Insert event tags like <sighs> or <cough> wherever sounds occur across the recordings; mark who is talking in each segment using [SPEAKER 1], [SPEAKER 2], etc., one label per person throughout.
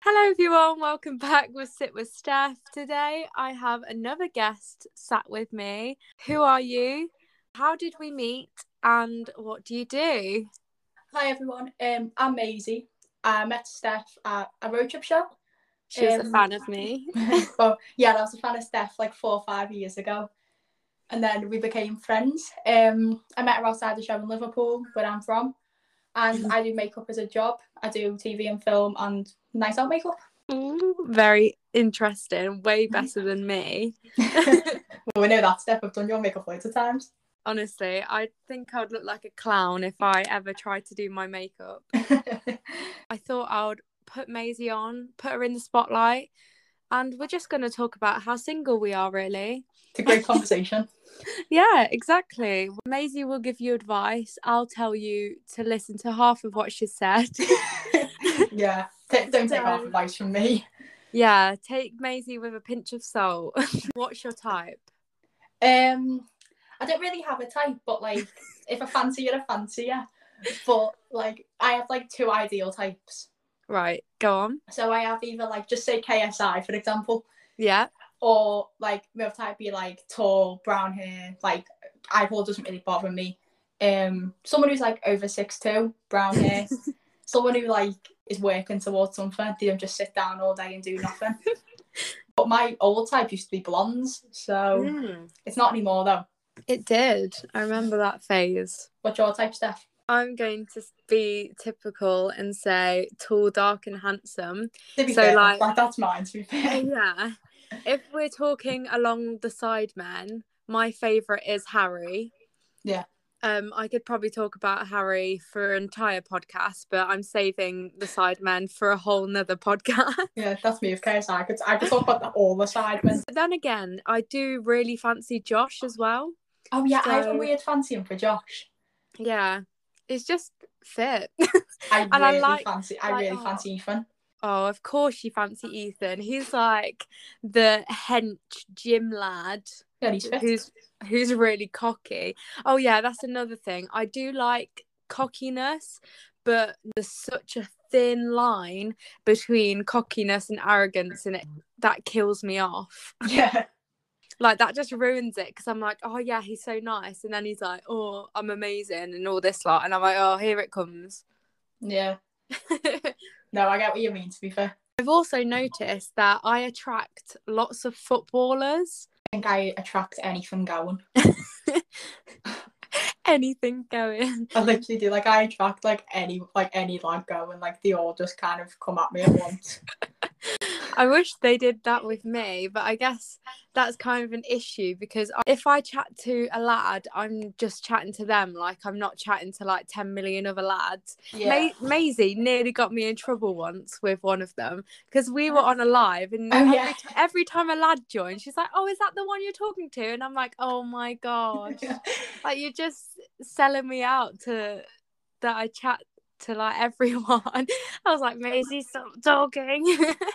[SPEAKER 1] Hello, everyone. Welcome back with Sit with Steph. Today, I have another guest sat with me. Who are you? How did we meet? And what do you do?
[SPEAKER 2] Hi everyone, um, I'm Maisie. I met Steph at a road trip show.
[SPEAKER 1] She was a
[SPEAKER 2] Um,
[SPEAKER 1] fan of me.
[SPEAKER 2] well, yeah, I was a fan of Steph like four or five years ago, and then we became friends. Um, I met her outside the show in Liverpool, where I'm from, and I do makeup as a job. I do TV and film and night out makeup. <laughs>
[SPEAKER 1] Ooh, Very interesting. Way better than me.
[SPEAKER 2] well, we know that Steph. I've done your makeup loads of times. <laughs>
[SPEAKER 1] Honestly, I think I'd look like a clown if I ever tried to do my makeup. I thought I would put Maisie on, put her in the spotlight, and we're just going to talk about how single we are, really.
[SPEAKER 2] it's a great conversation.
[SPEAKER 1] Yeah, exactly. Maisie will give you advice. I'll tell you to listen to half of what she said. <laughs>
[SPEAKER 2] yeah, T- don't take half advice from me.
[SPEAKER 1] yeah, take Maisie with a pinch of salt. <laughs> What's your type?
[SPEAKER 2] Um, I don't really have a type, but like, if I fancy you, I fancy you. But like, I have like two ideal types.
[SPEAKER 1] Right, go on.
[SPEAKER 2] So I have either like just say KSI for example,
[SPEAKER 1] Yeah,
[SPEAKER 2] or like my type be like tall, brown hair, like eyeball doesn't really bother me. Um, someone who's like over six two, brown hair, someone who like is working towards something. They don't just sit down all day and do nothing. but my old type used to be blondes, so
[SPEAKER 1] Mm.
[SPEAKER 2] it's not anymore though.
[SPEAKER 1] it did. I remember that phase.
[SPEAKER 2] What's your type, Steph?
[SPEAKER 1] I'm going to be typical and say tall, dark, and handsome.
[SPEAKER 2] To be
[SPEAKER 1] So,
[SPEAKER 2] fair,
[SPEAKER 1] like-
[SPEAKER 2] that- that's mine. To be fair,
[SPEAKER 1] Oh, yeah. If we're talking along the side men, my favourite is Harry.
[SPEAKER 2] Yeah.
[SPEAKER 1] Um, I could probably talk about Harry for an entire podcast, but I'm saving the side men for a whole nother podcast. <laughs>
[SPEAKER 2] <laughs> yeah, that's me. Of course, I could I could talk about that all the side. When...
[SPEAKER 1] But then again, I do really fancy Josh as well.
[SPEAKER 2] Oh yeah, I have a
[SPEAKER 1] So-
[SPEAKER 2] weird fancying for Josh.
[SPEAKER 1] Yeah. It's just fit. <laughs>
[SPEAKER 2] I
[SPEAKER 1] I
[SPEAKER 2] really
[SPEAKER 1] like-
[SPEAKER 2] fancy. I
[SPEAKER 1] like,
[SPEAKER 2] really
[SPEAKER 1] oh.
[SPEAKER 2] fancy Ethan.
[SPEAKER 1] oh, of course you fancy Ethan. He's like the hench gym lad.
[SPEAKER 2] Yeah, he's fit.
[SPEAKER 1] who's who's really cocky. Oh yeah, that's another thing. I do like cockiness, but there's such a thin line between cockiness and arrogance and it that kills me off.
[SPEAKER 2] <laughs> Yeah,
[SPEAKER 1] Like that just ruins it because I'm like, oh yeah, he's so nice and then he's like, oh, I'm amazing and all this lot and I'm like, oh, here it comes. <laughs>
[SPEAKER 2] yeah. No, I get what you mean. To be fair, I
[SPEAKER 1] I've also noticed that I attract lots of footballers.
[SPEAKER 2] think I attract anything going.
[SPEAKER 1] Anything going.
[SPEAKER 2] I literally do. Like I attract like any like any lad going. Like they all just kind of come at me at <laughs> once.
[SPEAKER 1] I wish they did that with me, but I guess that's kind of an issue because I- if I chat to a lad, I'm just chatting to them, like I'm not chatting to like 10 million other lads.
[SPEAKER 2] Yeah,
[SPEAKER 1] Ma- Maisie nearly got me in trouble once with one of them because we were on a live, and
[SPEAKER 2] Oh,
[SPEAKER 1] every,
[SPEAKER 2] yeah.
[SPEAKER 1] ti- every time a lad joined, she's like, Oh, is that the one you're talking to? And I'm like, Oh my
[SPEAKER 2] <laughs>
[SPEAKER 1] gosh, like you're just selling me out to that I chat to like <laughs> everyone. I was like, Maisie, stop talking.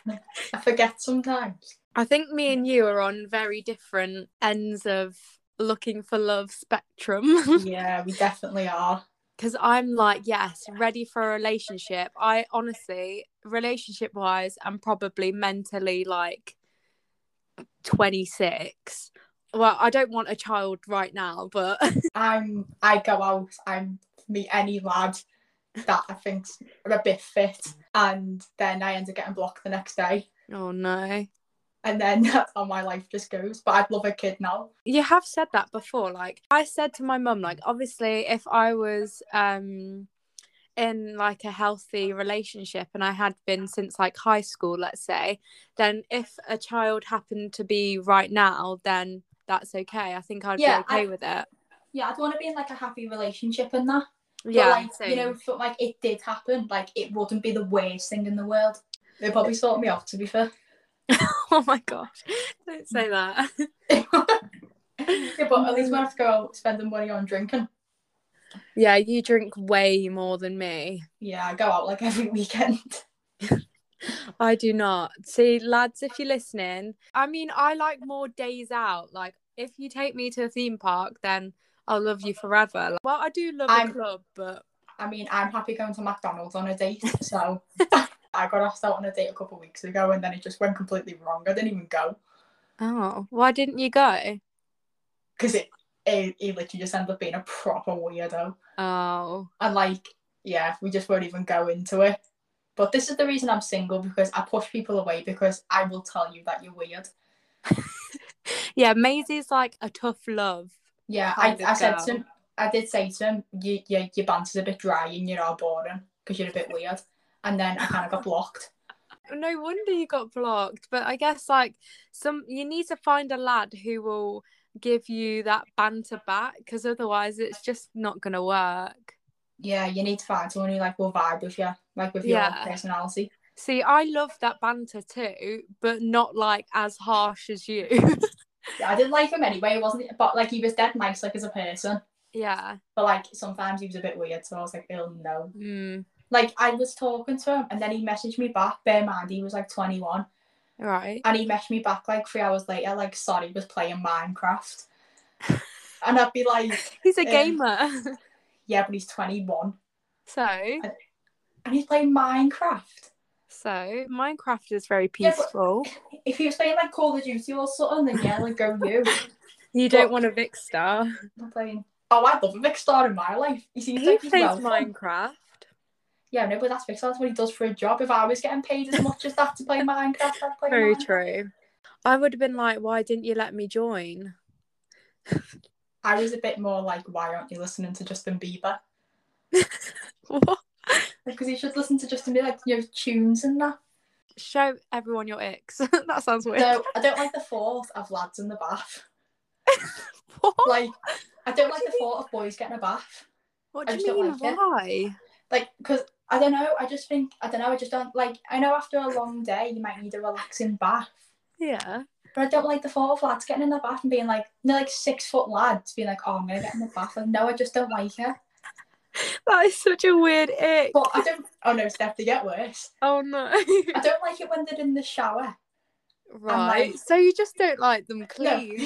[SPEAKER 1] <laughs>
[SPEAKER 2] I forget <laughs> sometimes.
[SPEAKER 1] I think me and you are on very different ends of looking for love spectrum <laughs>
[SPEAKER 2] yeah, we definitely are.
[SPEAKER 1] because I'm like, yes, ready for a relationship. I honestly, relationship wise, I'm probably mentally like 26. Well, I don't want a child right now, but <laughs>
[SPEAKER 2] I'm I go out, I'm meet any lad that I think's a bit fit and then I end up getting blocked the next day.
[SPEAKER 1] oh no.
[SPEAKER 2] And then <laughs> that's how my life just goes. But I'd love a kid now.
[SPEAKER 1] you have said that before like i said to my mum like obviously if i was um in like a healthy relationship and i had been since like high school let's say then if a child happened to be right now then that's okay i think i'd
[SPEAKER 2] Yeah,
[SPEAKER 1] be okay
[SPEAKER 2] I-
[SPEAKER 1] with it
[SPEAKER 2] Yeah, I'd want to be in like a happy relationship and that.
[SPEAKER 1] yeah
[SPEAKER 2] but like
[SPEAKER 1] same.
[SPEAKER 2] you know, but like it did happen, like it wouldn't be the worst thing in the world. They probably sort me off to be fair.
[SPEAKER 1] <laughs>
[SPEAKER 2] <laughs>
[SPEAKER 1] oh my gosh don't say that
[SPEAKER 2] yeah, but at least when I have to go out spending money on drinking.
[SPEAKER 1] <laughs> yeah you drink way more than me
[SPEAKER 2] Yeah, I go out like every <laughs> weekend.
[SPEAKER 1] I do not. See, lads, if you're listening, I mean, I like more days out. Like, if you take me to a theme park, then I'll love you forever. Like, well, I do love a
[SPEAKER 2] I'm-
[SPEAKER 1] club, but <laughs>
[SPEAKER 2] I mean, I'm happy going to McDonald's on a date, so I got asked out on a date a couple of weeks ago and then it just went completely wrong. I didn't even go
[SPEAKER 1] Oh, why didn't you go?
[SPEAKER 2] because it, it, he literally just ended up being a proper weirdo.
[SPEAKER 1] Oh,
[SPEAKER 2] And like, yeah, we just won't even go into it. But this is the reason I'm single because I push people away because I will tell you that you're weird.
[SPEAKER 1] yeah. Maisie's like a tough love.
[SPEAKER 2] Yeah, I,
[SPEAKER 1] Kind of
[SPEAKER 2] I said to
[SPEAKER 1] girl.
[SPEAKER 2] him, I did say to him, you, you, your banter's a bit dry and you're all boring because you're a bit weird. And then I kind of got blocked.
[SPEAKER 1] No wonder you got blocked. But I guess like some you need to find a lad who will give you that banter back because otherwise it's just not gonna work.
[SPEAKER 2] Yeah, you need to find someone who like will vibe with you, like with your
[SPEAKER 1] Yeah.
[SPEAKER 2] personality.
[SPEAKER 1] See, I love that banter too, but not like as harsh as you. <laughs>
[SPEAKER 2] Yeah, I didn't like him anyway, wasn't it? But like he was dead nice, like as a person.
[SPEAKER 1] yeah.
[SPEAKER 2] But like sometimes he was a bit weird, so I was like, oh no.
[SPEAKER 1] Mm,
[SPEAKER 2] like I was talking to him and then he messaged me back. Bear in mind he was like 21
[SPEAKER 1] right.
[SPEAKER 2] and he messaged me back like three hours later, like sorry, he was playing Minecraft. and I'd be like,
[SPEAKER 1] He's a
[SPEAKER 2] Um,
[SPEAKER 1] gamer. <laughs>
[SPEAKER 2] Yeah, but he's 21
[SPEAKER 1] so
[SPEAKER 2] and he's playing Minecraft.
[SPEAKER 1] so Minecraft is very
[SPEAKER 2] Yeah, but-
[SPEAKER 1] peaceful.
[SPEAKER 2] If he was playing like Call of Duty or something, then yeah, like go you.
[SPEAKER 1] you don't want a Vic star.
[SPEAKER 2] I'm playing Oh, I love a big star in my life. He seems
[SPEAKER 1] Who
[SPEAKER 2] like he's
[SPEAKER 1] plays
[SPEAKER 2] well-
[SPEAKER 1] Minecraft?
[SPEAKER 2] Yeah, no, but that's big star. That's what he does for a job. If I was getting paid as much as that to play Minecraft, I'd play
[SPEAKER 1] Very
[SPEAKER 2] Minecraft.
[SPEAKER 1] true. I would have been like, why didn't you let me join? <laughs>
[SPEAKER 2] I was a bit more like, why aren't you listening to Justin Bieber?
[SPEAKER 1] What?
[SPEAKER 2] Because you should listen to Justin Bieber, like you know, tunes
[SPEAKER 1] <laughs>
[SPEAKER 2] and that.
[SPEAKER 1] Show everyone your ex. <laughs> that sounds weird.
[SPEAKER 2] So I don't like the thought of lads in the bath.
[SPEAKER 1] <laughs> what?
[SPEAKER 2] Like I don't like
[SPEAKER 1] do
[SPEAKER 2] the thought of boys getting a bath.
[SPEAKER 1] What
[SPEAKER 2] I
[SPEAKER 1] do
[SPEAKER 2] just
[SPEAKER 1] you
[SPEAKER 2] don't
[SPEAKER 1] mean?
[SPEAKER 2] like it.
[SPEAKER 1] why?
[SPEAKER 2] Like because I don't know. I just think I don't know. I just don't like. I know after a long day you might need a relaxing bath,
[SPEAKER 1] Yeah.
[SPEAKER 2] but I don't like the thought of lads getting in the bath and being like, they're like six foot lads being like, oh, I'm gonna get in the bath. Like no, I just don't like it.
[SPEAKER 1] That is such a weird ick.
[SPEAKER 2] But I don't. Oh no, Steph, they get worse.
[SPEAKER 1] Oh no. <laughs>
[SPEAKER 2] I don't like it when they're in the shower.
[SPEAKER 1] right.
[SPEAKER 2] like-
[SPEAKER 1] so you just don't like them
[SPEAKER 2] <laughs> No.
[SPEAKER 1] clean.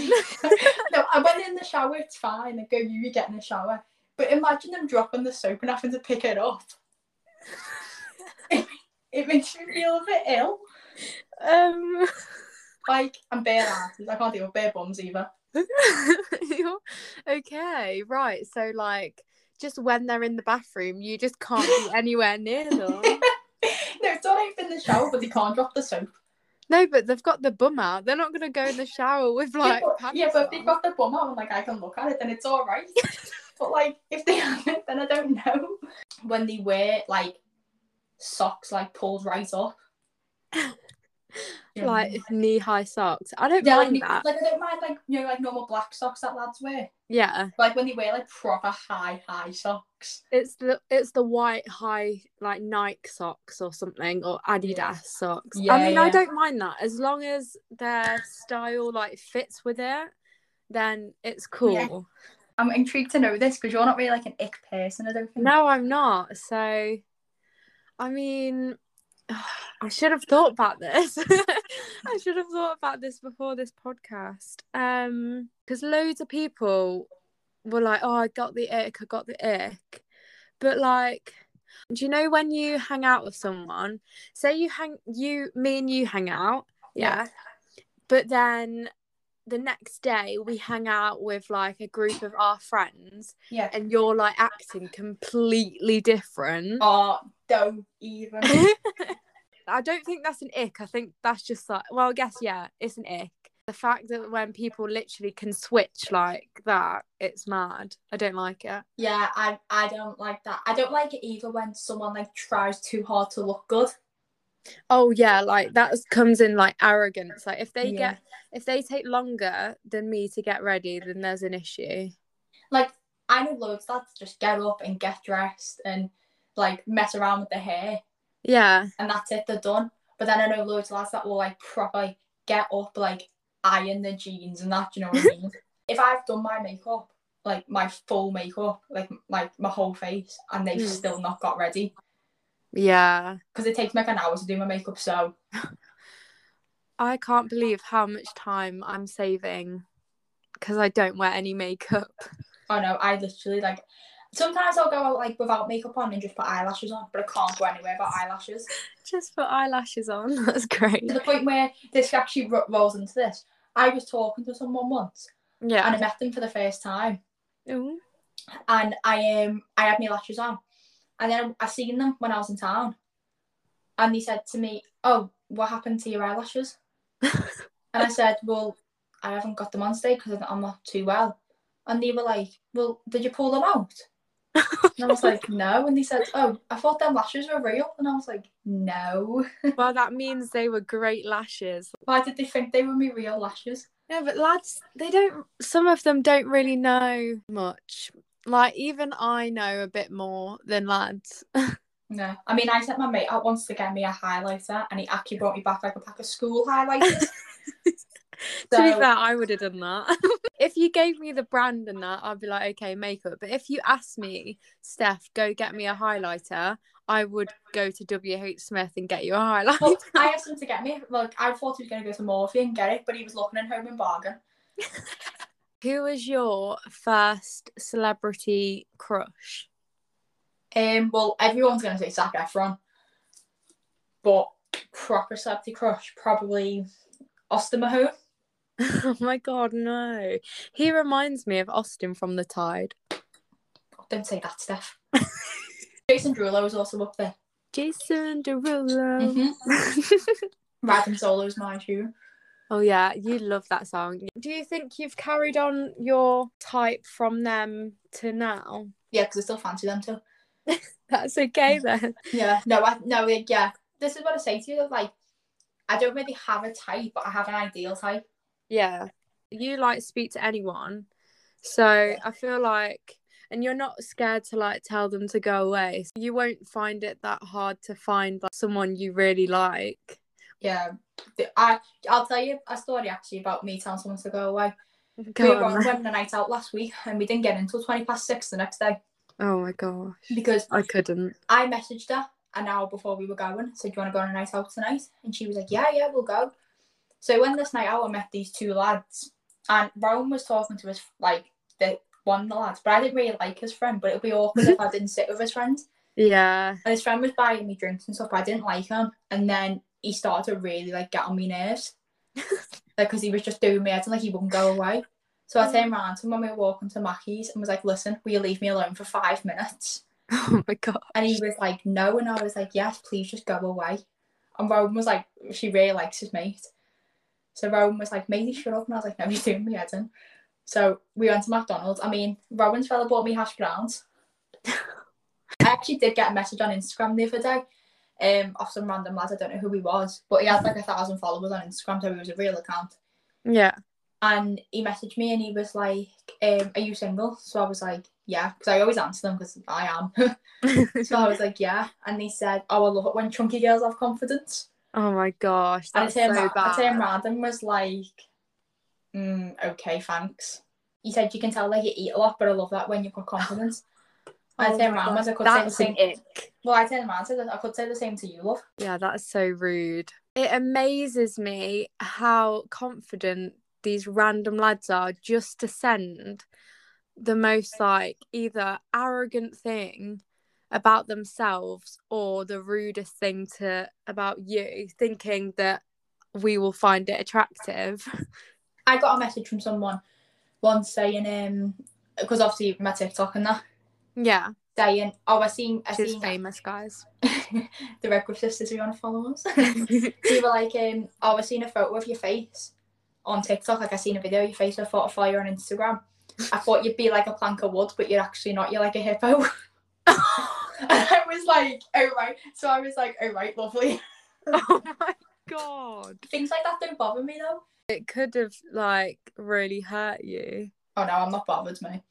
[SPEAKER 2] no, I went in the shower, it's fine. I go, you, you get in the shower. But imagine them dropping the soap and having to pick it up. <laughs> it, it makes me feel a bit ill.
[SPEAKER 1] Um <laughs>
[SPEAKER 2] Like, I'm bare asses. I can't deal with bare bums either.
[SPEAKER 1] you're- okay, right. So like just when they're in the bathroom, you just can't
[SPEAKER 2] <laughs>
[SPEAKER 1] be anywhere near them.
[SPEAKER 2] No, it's not even in the shower, but they can't drop the soap.
[SPEAKER 1] No, but they've got the bum out. They're not gonna go in the shower with like
[SPEAKER 2] yeah, but,
[SPEAKER 1] pants
[SPEAKER 2] yeah, but if
[SPEAKER 1] on.
[SPEAKER 2] they've got the bum out and, like, I can look at it, then it's all right. <laughs> but, like, if they haven't, then I don't know. When they wear, like, socks, like, pulled right
[SPEAKER 1] <laughs>
[SPEAKER 2] up. You know what I mean?
[SPEAKER 1] like knee high socks. I don't
[SPEAKER 2] Yeah, like,
[SPEAKER 1] mind
[SPEAKER 2] me-
[SPEAKER 1] that.
[SPEAKER 2] like I don't mind like you know like normal black socks that lads wear.
[SPEAKER 1] Yeah,
[SPEAKER 2] But, Like when they wear like proper high high socks.
[SPEAKER 1] it's the it's the white high like Nike socks or something or Adidas socks.
[SPEAKER 2] Yeah,
[SPEAKER 1] I mean, I
[SPEAKER 2] yeah.
[SPEAKER 1] don't mind that as long as their style like fits with it, then it's cool.
[SPEAKER 2] I'm intrigued to know this because you're not really like an ick person. I don't think.
[SPEAKER 1] No, I'm not. So, I mean, <sighs> I should have thought about this. <laughs> I should have thought about this before this podcast. Um, because loads of people were like, "Oh, I got the ick. I got the ick," but like. Do you know when you hang out with someone? Say you hang you me and you hang out, yeah. But then the next day we hang out with like a group of our friends
[SPEAKER 2] Yeah.
[SPEAKER 1] and you're like acting completely different.
[SPEAKER 2] Oh, don't even.
[SPEAKER 1] <laughs> I don't think that's an ick. I think that's just like, well, I guess, yeah, it's an ick. The fact that when people literally can switch like that, it's mad. I don't like it.
[SPEAKER 2] yeah, I I don't like that. I don't like it either when someone like tries too hard to look good.
[SPEAKER 1] Oh, yeah, like that is- comes in like arrogance. Like if they
[SPEAKER 2] Yeah.
[SPEAKER 1] get, if they take longer than me to get ready, then there's an issue.
[SPEAKER 2] Like I know loads of lads just get up and get dressed and like mess around with their hair
[SPEAKER 1] Yeah.
[SPEAKER 2] and that's it. They're done. But then I know loads of lads that will like properly get up, like iron their jeans and that. Do you know what I mean? if I've done my makeup, like my full makeup, like like my whole face, and they've
[SPEAKER 1] Mm.
[SPEAKER 2] still not got ready
[SPEAKER 1] Yeah.
[SPEAKER 2] because it takes me like an hour to do my makeup. So
[SPEAKER 1] I can't believe how much time I'm saving because I don't wear any makeup.
[SPEAKER 2] I know I literally like Sometimes I'll go out like without makeup on and just put eyelashes on, but I can't go anywhere without eyelashes.
[SPEAKER 1] Just put eyelashes on. <laughs> That's great.
[SPEAKER 2] To the point where this actually ro- rolls into this. I was talking to someone once and
[SPEAKER 1] Yeah.
[SPEAKER 2] I met them for the first time,
[SPEAKER 1] <laughs> Ooh.
[SPEAKER 2] and I um I had my lashes on, and then I seen them when I was in town, and they said to me, "Oh, what happened to your eyelashes?" and I said, "Well, I haven't got them on today because I'm not too well." And they were like, "Well, did you pull them out?" And I was like, <laughs> "No." And they said, "Oh, I thought them lashes were real," and I was like, "No."
[SPEAKER 1] Well, that means they were great lashes.
[SPEAKER 2] Why did they think they were my real lashes?
[SPEAKER 1] Yeah, but lads, they don't. Some of them don't really know much. Like even I know a bit more than lads.
[SPEAKER 2] No, I mean, I sent my mate out once to get me a highlighter, and he actually brought me back like a pack of school highlighters.
[SPEAKER 1] <laughs> to be
[SPEAKER 2] So-
[SPEAKER 1] fair, I would have done that. <laughs> if you gave me the brand and that, I'd be like, okay, makeup. But if you asked me, Steph, go get me a highlighter, I would go to WH Smith and get you a
[SPEAKER 2] Well,
[SPEAKER 1] highlighter.
[SPEAKER 2] I asked him to get me. Like, I thought he was going to go to Morphe and get it, but he was looking in Home and Bargain.
[SPEAKER 1] <laughs> Who was your first celebrity crush?
[SPEAKER 2] Um, well, everyone's going to say Zac Efron, but proper celebrity crush probably Austin Mahone.
[SPEAKER 1] <laughs> oh my god, no. He reminds me of Austin from The Tide.
[SPEAKER 2] Don't say that, Steph. Jason Derulo was also up there.
[SPEAKER 1] Jason Derulo.
[SPEAKER 2] hmm Random solos, mind you.
[SPEAKER 1] <laughs> oh yeah, you love that song. Do you think you've carried on your type from them to now? <laughs>
[SPEAKER 2] Yeah, because I still fancy them too.
[SPEAKER 1] That's okay then.
[SPEAKER 2] Yeah. No, I no, like, yeah. This is what I say to you. Like, I don't really have a type, but I have an ideal type.
[SPEAKER 1] Yeah. You like speak to anyone. So I feel like and you're not scared to like tell them to go away. So you won't find it that hard to find like someone you really like.
[SPEAKER 2] Yeah. The- I I'll tell you a story actually about me telling someone to go away. we
[SPEAKER 1] Go
[SPEAKER 2] were on,
[SPEAKER 1] on.
[SPEAKER 2] went on a night out last week and we didn't get in until twenty past six the next day
[SPEAKER 1] Oh my gosh.
[SPEAKER 2] because
[SPEAKER 1] I couldn't.
[SPEAKER 2] I messaged her an hour before we were going. Said, "Do you want to go on a night out tonight?" And she was like, "Yeah, yeah, we'll go." So when this night out, I met these two lads, and Rowan was talking to us like the one of the lads, but I didn't really like his friend. But it'd be awkward if I didn't sit with his friend.
[SPEAKER 1] Yeah.
[SPEAKER 2] And his friend was buying me drinks and stuff, but I didn't like him. And then he started to really like get on my nerves. like, because he was just doing me head and like he wouldn't go away. So I turned around to him when we were walking to Mackie's and was like, listen, will you leave me alone for five minutes?
[SPEAKER 1] <laughs> Oh my god.
[SPEAKER 2] And he was like, no. And I was like, yes, please just go away. And Rowan was like, she really likes his mate. So Rowan was like, matey, shut up. And I was like, no, you're doing me head in. So we went to McDonald's. I mean, Rowan's fella bought me hash browns. I actually did get a message on Instagram the other day um, off some random lad. I don't know who he was, but he had like a thousand followers on Instagram, so he was a real account
[SPEAKER 1] <laughs> Yeah.
[SPEAKER 2] and he messaged me and he was like, um, "Are you single?" So I was like, "Yeah," because I always answer them because I am. <laughs>
[SPEAKER 1] Oh
[SPEAKER 2] so I was like, "Yeah," and he said, "Oh, I love it when chunky girls have confidence."
[SPEAKER 1] Oh my gosh.
[SPEAKER 2] And I
[SPEAKER 1] That's so
[SPEAKER 2] turned, ra- I turned
[SPEAKER 1] bad.
[SPEAKER 2] around and was like, mm, "Okay, thanks." He said, "You can tell like you eat a lot, but I love that when you've got confidence." I
[SPEAKER 1] Oh
[SPEAKER 2] turned
[SPEAKER 1] my
[SPEAKER 2] around
[SPEAKER 1] God,
[SPEAKER 2] as I could say the
[SPEAKER 1] That's
[SPEAKER 2] same.
[SPEAKER 1] an ick.
[SPEAKER 2] Well, I turned around and said, "I could say the same to you, love."
[SPEAKER 1] Yeah, that's so rude. It amazes me how confident these random lads are just to send the most like either arrogant thing about themselves or the rudest thing to about you thinking that we will find it attractive.
[SPEAKER 2] I got a message from someone once saying, um, because obviously my TikTok and that
[SPEAKER 1] Yeah,
[SPEAKER 2] saying, "Oh, I seen, I
[SPEAKER 1] she's
[SPEAKER 2] seen."
[SPEAKER 1] famous, guys.
[SPEAKER 2] <laughs>
[SPEAKER 1] <laughs>
[SPEAKER 2] the Red Grove sisters who you want to follow us. we were like, um, oh, I seen a photo of your face on TikTok. Like I seen a video of your face. I thought I follow you on Instagram. I thought you'd be like a plank of wood, but you're actually not. You're like a hippo. <laughs> and I was like, oh right. So I was like, oh right, lovely.
[SPEAKER 1] <laughs> oh my god.
[SPEAKER 2] Things like that don't bother me though.
[SPEAKER 1] It could have like really hurt you.
[SPEAKER 2] Oh no, I'm not bothered, mate.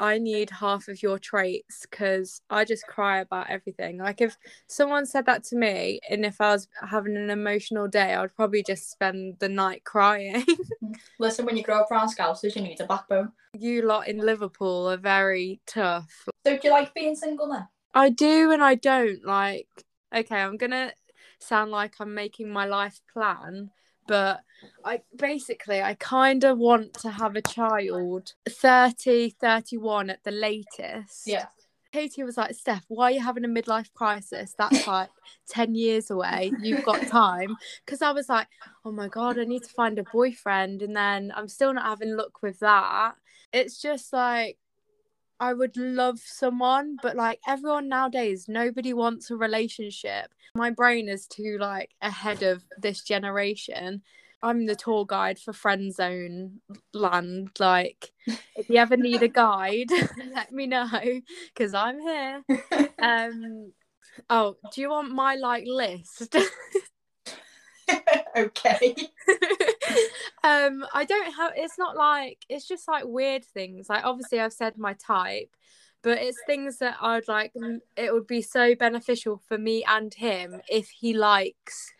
[SPEAKER 1] I need half of your traits because I just cry about everything. Like if someone said that to me, and if I was having an emotional day, I'd probably just spend the night crying. <laughs>
[SPEAKER 2] Listen, when you grow up around scousers, you need a backbone.
[SPEAKER 1] you lot in Liverpool are very tough.
[SPEAKER 2] So do you like being single then?
[SPEAKER 1] I do and I don't. Like, okay, I'm gonna sound like I'm making my life plan, but I basically I kind of want to have a child 30, 31 at the latest.
[SPEAKER 2] Yeah.
[SPEAKER 1] Katie was like, Steph, why are you having a midlife crisis? That's like 10 years away. You've got time. Because I was like, oh my God, I need to find a boyfriend. And then I'm still not having luck with that. It's just like, I would love someone, but like everyone nowadays, nobody wants a relationship. My brain is too like ahead of this generation. I'm the tour guide for friend zone land. Like, if you ever need a guide, <laughs> let me know because I'm here. Um, oh, do you want my like list?
[SPEAKER 2] <laughs>
[SPEAKER 1] <laughs>
[SPEAKER 2] okay.
[SPEAKER 1] um i don't have it's not like it's just like weird things like obviously i've said my type but it's things that i'd like m- it would be so beneficial for me and him if he likes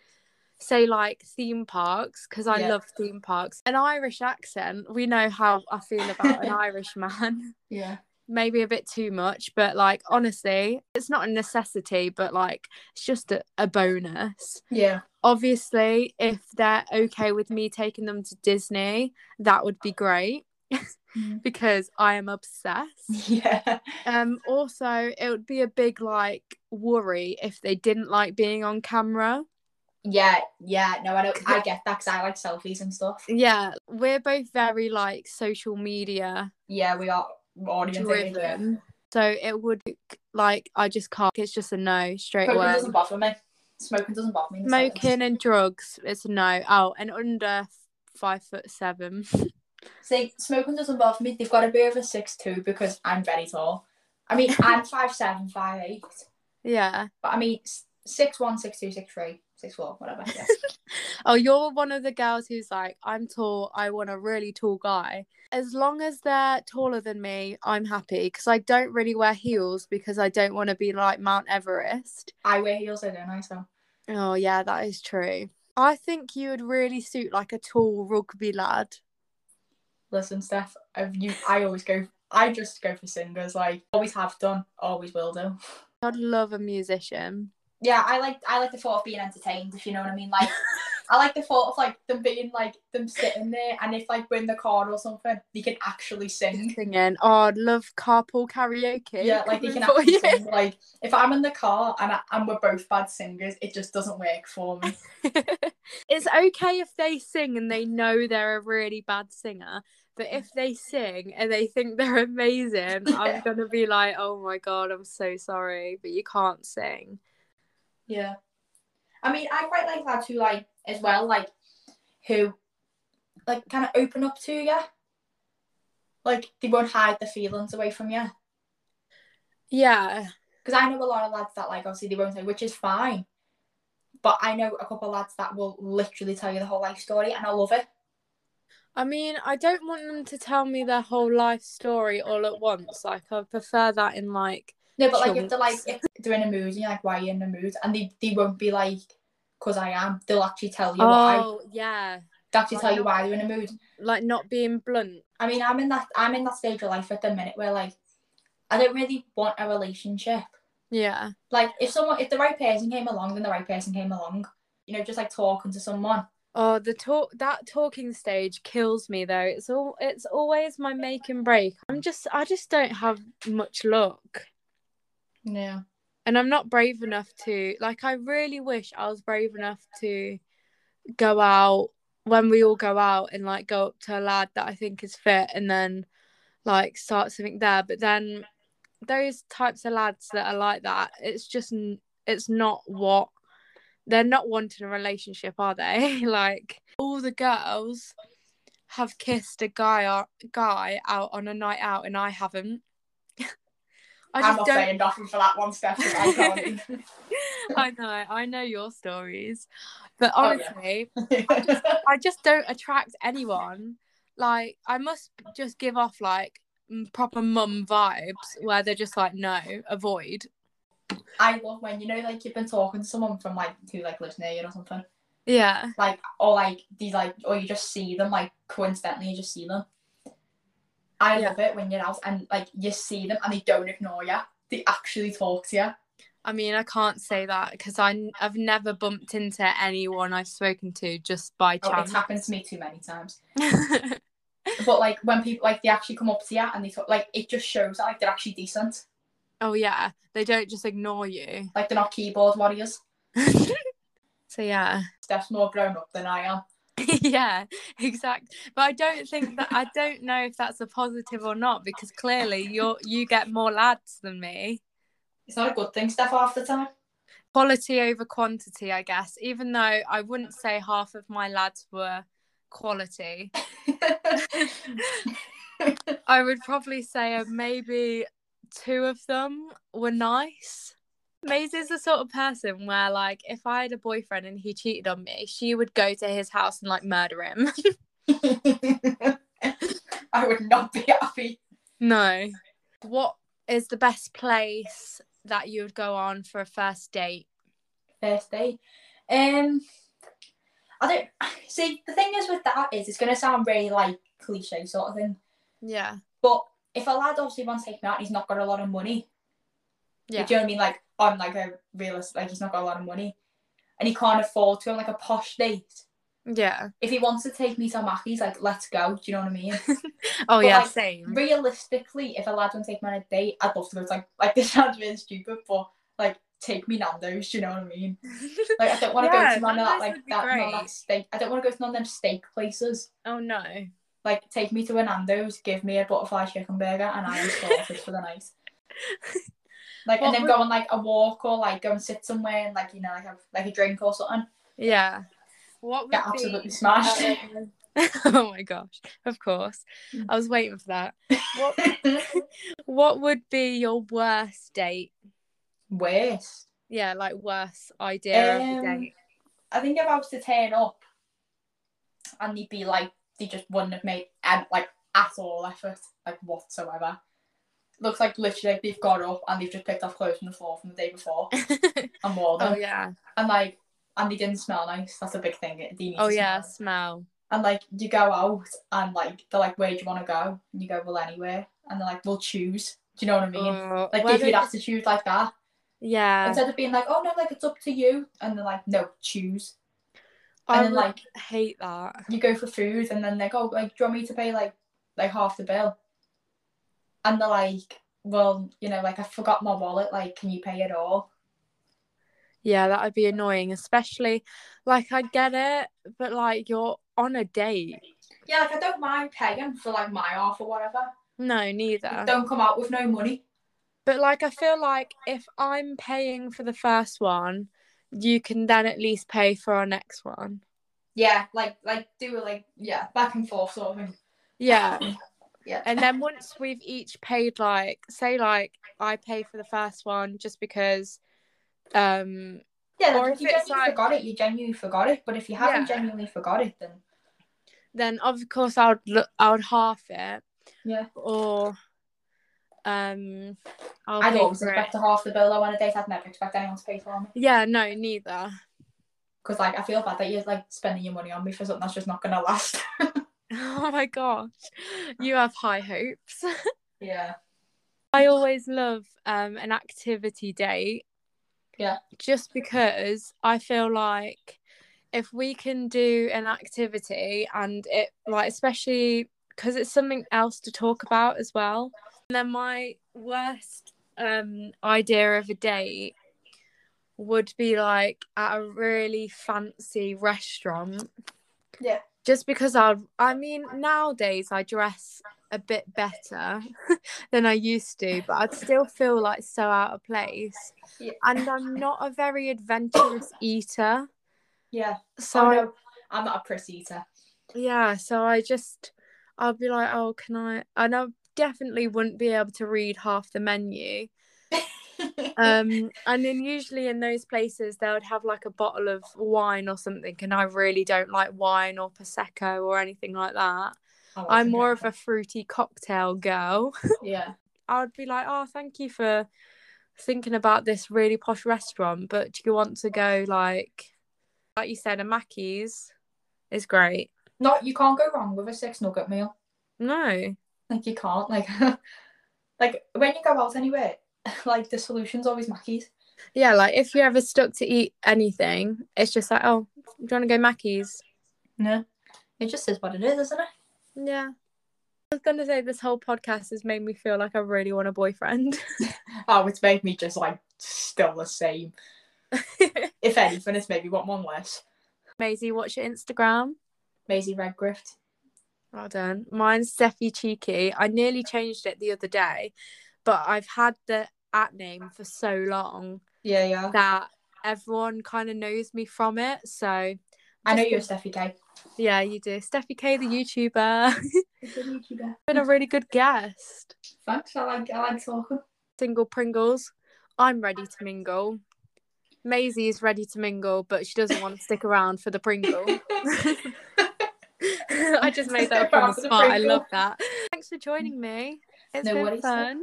[SPEAKER 1] say like theme parks because i
[SPEAKER 2] Yeah.
[SPEAKER 1] love theme parks an irish accent we know how i feel about an irish man
[SPEAKER 2] Yeah.
[SPEAKER 1] maybe a bit too much but like honestly it's not a necessity but like it's just a, a bonus
[SPEAKER 2] Yeah. <laughs>
[SPEAKER 1] obviously if they're okay with me taking them to disney that would be great
[SPEAKER 2] Mm.
[SPEAKER 1] <laughs> because i am obsessed
[SPEAKER 2] Yeah.
[SPEAKER 1] um also it would be a big like worry if they didn't like being on camera
[SPEAKER 2] Yeah. Yeah. No, I don't. I get that because I like selfies and stuff.
[SPEAKER 1] yeah we're both very like social media
[SPEAKER 2] Yeah, we are audience Driven.
[SPEAKER 1] driven so it would like i just can't it's just a no straight
[SPEAKER 2] Smoking
[SPEAKER 1] away
[SPEAKER 2] doesn't bother me. Smoking doesn't bother me. in the slightest.
[SPEAKER 1] smoking and drugs it's a no oh and under five foot seven <laughs>
[SPEAKER 2] See, smoking doesn't bother me. They've got to be over six two because I'm very tall. I mean, I'm five seven, five eight,
[SPEAKER 1] yeah
[SPEAKER 2] but I mean s- six one, six two, six three, six four, whatever. Yeah.
[SPEAKER 1] Oh, you're one of the girls who's like, I'm tall, I want a really tall guy. As long as they're taller than me, I'm happy because I don't really wear heels because I don't want to be like Mount Everest.
[SPEAKER 2] I wear heels, though, don't I? So
[SPEAKER 1] Oh, yeah, that is true. I think you would really suit like a tall rugby lad.
[SPEAKER 2] listen, Steph, I've, you, I always go. I just go for singers. Like always have done, always will do.
[SPEAKER 1] I'd love a musician.
[SPEAKER 2] Yeah, I like I like the thought of being entertained. If you know what I mean, <laughs> like. I like the thought of like them being like them sitting there, and if like we're in the car or something, they can actually sing.
[SPEAKER 1] Singing. Oh, I'd love carpool karaoke.
[SPEAKER 2] <laughs> Yeah, like you
[SPEAKER 1] <laughs> Coming
[SPEAKER 2] can
[SPEAKER 1] for
[SPEAKER 2] actually
[SPEAKER 1] you.
[SPEAKER 2] sing. Like if I'm in the car and I, and we're both bad singers, it just doesn't work for me.
[SPEAKER 1] <laughs> it's okay if they sing and they know they're a really bad singer, but if they sing and they think they're amazing, <laughs> I'm
[SPEAKER 2] Yeah.
[SPEAKER 1] gonna be like, oh my god, I'm so sorry, but you can't sing.
[SPEAKER 2] <laughs> Yeah. I mean, I quite like lads who like as well, like who like kind of open up to you. Like they won't hide the feelings away from you.
[SPEAKER 1] Yeah,
[SPEAKER 2] Because I know a lot of lads that like obviously they won't say, which is fine. But I know a couple of lads that will literally tell you the whole life story, and I love it.
[SPEAKER 1] I mean, I don't want them to tell me their whole life story all at once. Like, I prefer that in like,
[SPEAKER 2] No, but like if they're like if they're in a mood, and you're like, why are you in a mood? And they, they won't be like, because I am. They'll actually tell you why.
[SPEAKER 1] oh yeah,
[SPEAKER 2] They actually tell you why they're in a mood.
[SPEAKER 1] like not being blunt.
[SPEAKER 2] I mean, I'm in that I'm in that stage of life at the minute where like I don't really want a relationship.
[SPEAKER 1] Yeah,
[SPEAKER 2] Like if someone if the right person came along, then the right person came along. You know, just like talking to someone.
[SPEAKER 1] Oh, the talk that talking stage kills me though. It's all it's always my make and break. I'm just I just don't have much luck.
[SPEAKER 2] Yeah.
[SPEAKER 1] And I'm not brave enough to like I really wish I was brave enough to go out when we all go out and like go up to a lad that I think is fit and then like start something there. But then those types of lads that are like that, it's just n- it's not what they're not wanting a relationship, are they? <laughs> like all the girls have kissed a guy or, guy out on a night out, and I haven't. <laughs> I
[SPEAKER 2] I'm
[SPEAKER 1] just
[SPEAKER 2] not
[SPEAKER 1] don't.
[SPEAKER 2] saying nothing for that one, Steph. 'cause
[SPEAKER 1] <laughs>
[SPEAKER 2] I
[SPEAKER 1] I know, I know your stories, but
[SPEAKER 2] Oh, yeah.
[SPEAKER 1] honestly,
[SPEAKER 2] can't.
[SPEAKER 1] I just don't attract anyone. Like I must just give off like m- proper mum vibes where they're just like no, avoid.
[SPEAKER 2] I love when you know, like you've been talking to someone from like who like lives near you or something,
[SPEAKER 1] Yeah.
[SPEAKER 2] like or like these like or you just see them like coincidentally, you just see them. I
[SPEAKER 1] Yeah.
[SPEAKER 2] love it when you're out and like you see them and they don't ignore you. They actually talk to you.
[SPEAKER 1] I mean, I can't say that because I have never bumped into anyone I've spoken to just by
[SPEAKER 2] Oh, it's
[SPEAKER 1] chance.
[SPEAKER 2] happened to me too many times. But like when people like they actually come up to you and they talk, like it just shows that like they're actually decent.
[SPEAKER 1] <laughs> Oh yeah, they don't just ignore you. <laughs>
[SPEAKER 2] Like they're not keyboard warriors.
[SPEAKER 1] So yeah.
[SPEAKER 2] Steph's more grown up than I am.
[SPEAKER 1] <laughs> yeah, exact. But I don't think that I don't know if that's a positive or not because clearly you're you get more lads than me.
[SPEAKER 2] It's not a good thing, Steph, half the time. <laughs>
[SPEAKER 1] Quality over quantity, I guess. Even though I wouldn't say half of my lads were quality, I would probably say uh, maybe two of them were nice. Maisie's the sort of person where, like, if I had a boyfriend and he cheated on me, she would go to his house and like murder him.
[SPEAKER 2] <laughs> I would not be happy.
[SPEAKER 1] no. What is the best place that you would go on for a first date?
[SPEAKER 2] First date. Um, I don't see the thing is with that is it's gonna sound really like cliche sort of thing,
[SPEAKER 1] Yeah.
[SPEAKER 2] but if a lad obviously wants to take me out, and he's not got a lot of money.
[SPEAKER 1] Yeah.
[SPEAKER 2] Do you know what I mean? Like on like a realist, like he's not got a lot of money, and he can't afford to on like a posh date.
[SPEAKER 1] Yeah.
[SPEAKER 2] If he wants to take me to Mackey's, like let's go. Do you know what I mean?
[SPEAKER 1] Oh
[SPEAKER 2] But,
[SPEAKER 1] yeah,
[SPEAKER 2] like,
[SPEAKER 1] <laughs> same.
[SPEAKER 2] realistically, if a lad wants to take me on a date, I'd love to go to like like <laughs> this sounds really stupid, but like take me Nando's, do you know what I mean? Like I don't want to go
[SPEAKER 1] Yeah,
[SPEAKER 2] to none of
[SPEAKER 1] Nando's
[SPEAKER 2] that like
[SPEAKER 1] would be
[SPEAKER 2] that, none of
[SPEAKER 1] great.
[SPEAKER 2] that steak. I don't want to go to none of them steak places.
[SPEAKER 1] oh no.
[SPEAKER 2] Like take me to a Nando's, give me a butterfly chicken burger, and I'm sorted for
[SPEAKER 1] <laughs>
[SPEAKER 2] the night. Like
[SPEAKER 1] What
[SPEAKER 2] and then
[SPEAKER 1] would-
[SPEAKER 2] go on like a walk or like go and sit somewhere and like you know like have like a drink or something.
[SPEAKER 1] Yeah. What would
[SPEAKER 2] Get
[SPEAKER 1] be-
[SPEAKER 2] absolutely smashed.
[SPEAKER 1] <laughs> oh my gosh. Of course.
[SPEAKER 2] Mm.
[SPEAKER 1] I was waiting for that. What
[SPEAKER 2] <laughs>
[SPEAKER 1] what would be your worst date?
[SPEAKER 2] Worst.
[SPEAKER 1] Yeah, like worst idea of the
[SPEAKER 2] Um,
[SPEAKER 1] date.
[SPEAKER 2] I think if I was to turn up and they'd be like, they just wouldn't have made um, like at all effort, like whatsoever. Looks like literally like, they've got up and they've just picked off clothes from the floor from the day before
[SPEAKER 1] <laughs>
[SPEAKER 2] and wore them.
[SPEAKER 1] oh yeah.
[SPEAKER 2] And like, and they didn't smell nice. That's a big thing. They need
[SPEAKER 1] Oh
[SPEAKER 2] to smell
[SPEAKER 1] yeah,
[SPEAKER 2] nice.
[SPEAKER 1] smell.
[SPEAKER 2] And like, you go out and like, they're like, where do you want to go? And you go, well, anywhere. And they're like, we'll choose. Do you know what I mean?
[SPEAKER 1] Oh,
[SPEAKER 2] like,
[SPEAKER 1] where
[SPEAKER 2] give you an
[SPEAKER 1] do-
[SPEAKER 2] attitude like that.
[SPEAKER 1] yeah.
[SPEAKER 2] Instead of being like, oh no, like it's up to you. And they're like, no, choose. And
[SPEAKER 1] I
[SPEAKER 2] then
[SPEAKER 1] would
[SPEAKER 2] like,
[SPEAKER 1] hate that.
[SPEAKER 2] you go for food and then they go like do you want me to pay like like half the bill and they're like well you know like i forgot my wallet like can you pay it all
[SPEAKER 1] Yeah, that would be annoying, especially like I get it, but like you're on a date.
[SPEAKER 2] yeah like i don't mind paying for like my half or whatever
[SPEAKER 1] No,
[SPEAKER 2] Just
[SPEAKER 1] neither.
[SPEAKER 2] don't come out with no money
[SPEAKER 1] But like I feel like if I'm paying for the first one, you can then at least pay for our next one.
[SPEAKER 2] yeah like like do it like yeah back and forth sort of thing
[SPEAKER 1] Yeah.
[SPEAKER 2] yeah
[SPEAKER 1] And then once we've each paid like say like I pay for the first one just because um
[SPEAKER 2] yeah
[SPEAKER 1] or
[SPEAKER 2] like,
[SPEAKER 1] if
[SPEAKER 2] if you
[SPEAKER 1] it's
[SPEAKER 2] genuinely
[SPEAKER 1] like-
[SPEAKER 2] forgot it you genuinely forgot it but if you haven't
[SPEAKER 1] Yeah.
[SPEAKER 2] genuinely forgot it then
[SPEAKER 1] then of course I would look I would half it
[SPEAKER 2] yeah
[SPEAKER 1] or um I'll
[SPEAKER 2] i'd
[SPEAKER 1] pay
[SPEAKER 2] always
[SPEAKER 1] for it.
[SPEAKER 2] expect a half the bill though on a date i'd never expect anyone to pay for me
[SPEAKER 1] Yeah, no, neither. <laughs>
[SPEAKER 2] because like i feel bad that you're like spending your money on me for something that's just not gonna last <laughs>
[SPEAKER 1] Oh my gosh. You have high hopes.
[SPEAKER 2] yeah
[SPEAKER 1] I always love um, an activity date.
[SPEAKER 2] Yeah.
[SPEAKER 1] Just because I feel like if we can do an activity and it, like, especially because it's something else to talk about as well. And then my worst um, idea of a date would be like at a really fancy restaurant.
[SPEAKER 2] Yeah.
[SPEAKER 1] Just because I, I mean, nowadays I dress a bit better than I used to, but I'd still feel like so out of place.
[SPEAKER 2] Yeah.
[SPEAKER 1] And I'm not a very adventurous eater.
[SPEAKER 2] Yeah.
[SPEAKER 1] So, I,
[SPEAKER 2] Oh, no, I'm not a press eater. <laughs>
[SPEAKER 1] yeah, so I just, I'll be like, oh, can I? And I definitely wouldn't be able to read half the
[SPEAKER 2] <laughs>
[SPEAKER 1] menu.
[SPEAKER 2] Uh,
[SPEAKER 1] Um, and then usually in those places, they would have like a bottle of wine or something. And I really don't like wine or Prosecco or anything like that.
[SPEAKER 2] Oh,
[SPEAKER 1] I'm more of a fruity cocktail girl.
[SPEAKER 2] yeah.
[SPEAKER 1] I'd be like, oh, thank you for thinking about this really posh restaurant, but do you want to go like, like you said, a Mackey's is great.
[SPEAKER 2] Not you can't go wrong with a six nugget meal.
[SPEAKER 1] No,
[SPEAKER 2] Like you can't like <laughs> like when you go out anywhere, <laughs> like the solution's always Mackey's.
[SPEAKER 1] yeah, like if you're ever stuck to eat anything, it's just like, oh, do you want to go Mackey's?
[SPEAKER 2] No. It just is what it is, isn't it?
[SPEAKER 1] Yeah. was gonna say this whole podcast has made me feel like I really want a boyfriend. <laughs>
[SPEAKER 2] Oh, it's made me just like still the same. If anything, it's maybe want one less.
[SPEAKER 1] Maisie, what's your Instagram?
[SPEAKER 2] Maisie Redgrift.
[SPEAKER 1] Well done. Mine's Steffi Cheeky. I nearly changed it the other day, but I've had the at name for so long
[SPEAKER 2] Yeah, yeah.
[SPEAKER 1] that everyone kind of knows me from it. So
[SPEAKER 2] I know you're a Steffi K.
[SPEAKER 1] yeah, you do. Steffi K, the YouTuber. <laughs> Been a really good guest.
[SPEAKER 2] Thanks. I like I like talking.
[SPEAKER 1] Single Pringles. I'm ready to mingle. Maisie is ready to mingle, but she doesn't want to stick around for the Pringle. <laughs> I just made that up on the
[SPEAKER 2] After the
[SPEAKER 1] spot. I
[SPEAKER 2] Pringle.
[SPEAKER 1] love that. Thanks for joining me. It's
[SPEAKER 2] No
[SPEAKER 1] been
[SPEAKER 2] worries.
[SPEAKER 1] fun.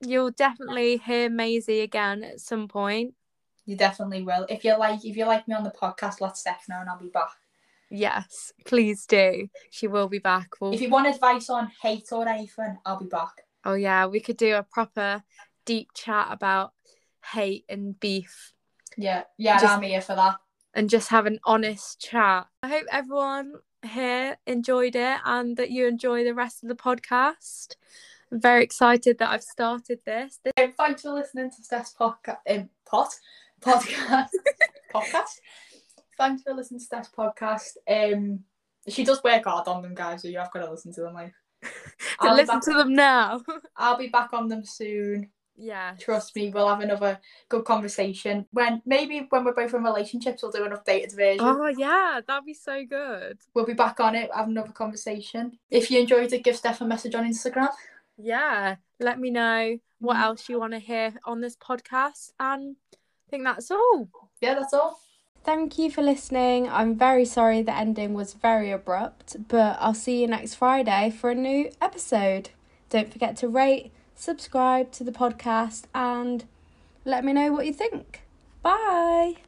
[SPEAKER 1] You'll definitely hear Maisie again at some point.
[SPEAKER 2] <laughs> you definitely will. If you like, if you like me on the podcast, let Steph know, and I'll be back.
[SPEAKER 1] Yes, please do. She will be back. We'll...
[SPEAKER 2] If you want advice on hate or anything, I'll be back.
[SPEAKER 1] Oh yeah, we could do a proper deep chat about hate and beef
[SPEAKER 2] Yeah, yeah,
[SPEAKER 1] Just-
[SPEAKER 2] I'm here for that.
[SPEAKER 1] and just have an honest chat. I hope everyone here enjoyed it and that you enjoy the rest of the podcast. I'm very excited that I've started this. This
[SPEAKER 2] Um, thanks for listening to Steph's podcast. Um, pot <laughs> podcast podcast. Thanks for listening to Steph's podcast. Um, she does work hard on them, guys. So you have got to listen to them. <laughs>
[SPEAKER 1] to
[SPEAKER 2] Like, I'll be,
[SPEAKER 1] listen
[SPEAKER 2] back,
[SPEAKER 1] to them now. <laughs>
[SPEAKER 2] I'll be back on them soon.
[SPEAKER 1] yeah.
[SPEAKER 2] Trust me, we'll have another good conversation when maybe when we're both in relationships, we'll do an updated version.
[SPEAKER 1] Oh yeah, that'd be so good.
[SPEAKER 2] We'll be back on it, have another conversation. If you enjoyed it, give Steph a message on Instagram.
[SPEAKER 1] Yeah. Let me know what
[SPEAKER 2] Mhm.
[SPEAKER 1] else you want to hear on this podcast and I think that's all.
[SPEAKER 2] Yeah, that's all.
[SPEAKER 1] Thank you for listening. I'm very sorry the ending was very abrupt, but I'll see you next Friday for a new episode. Don't forget to rate, subscribe to the podcast, and let me know what you think. Bye.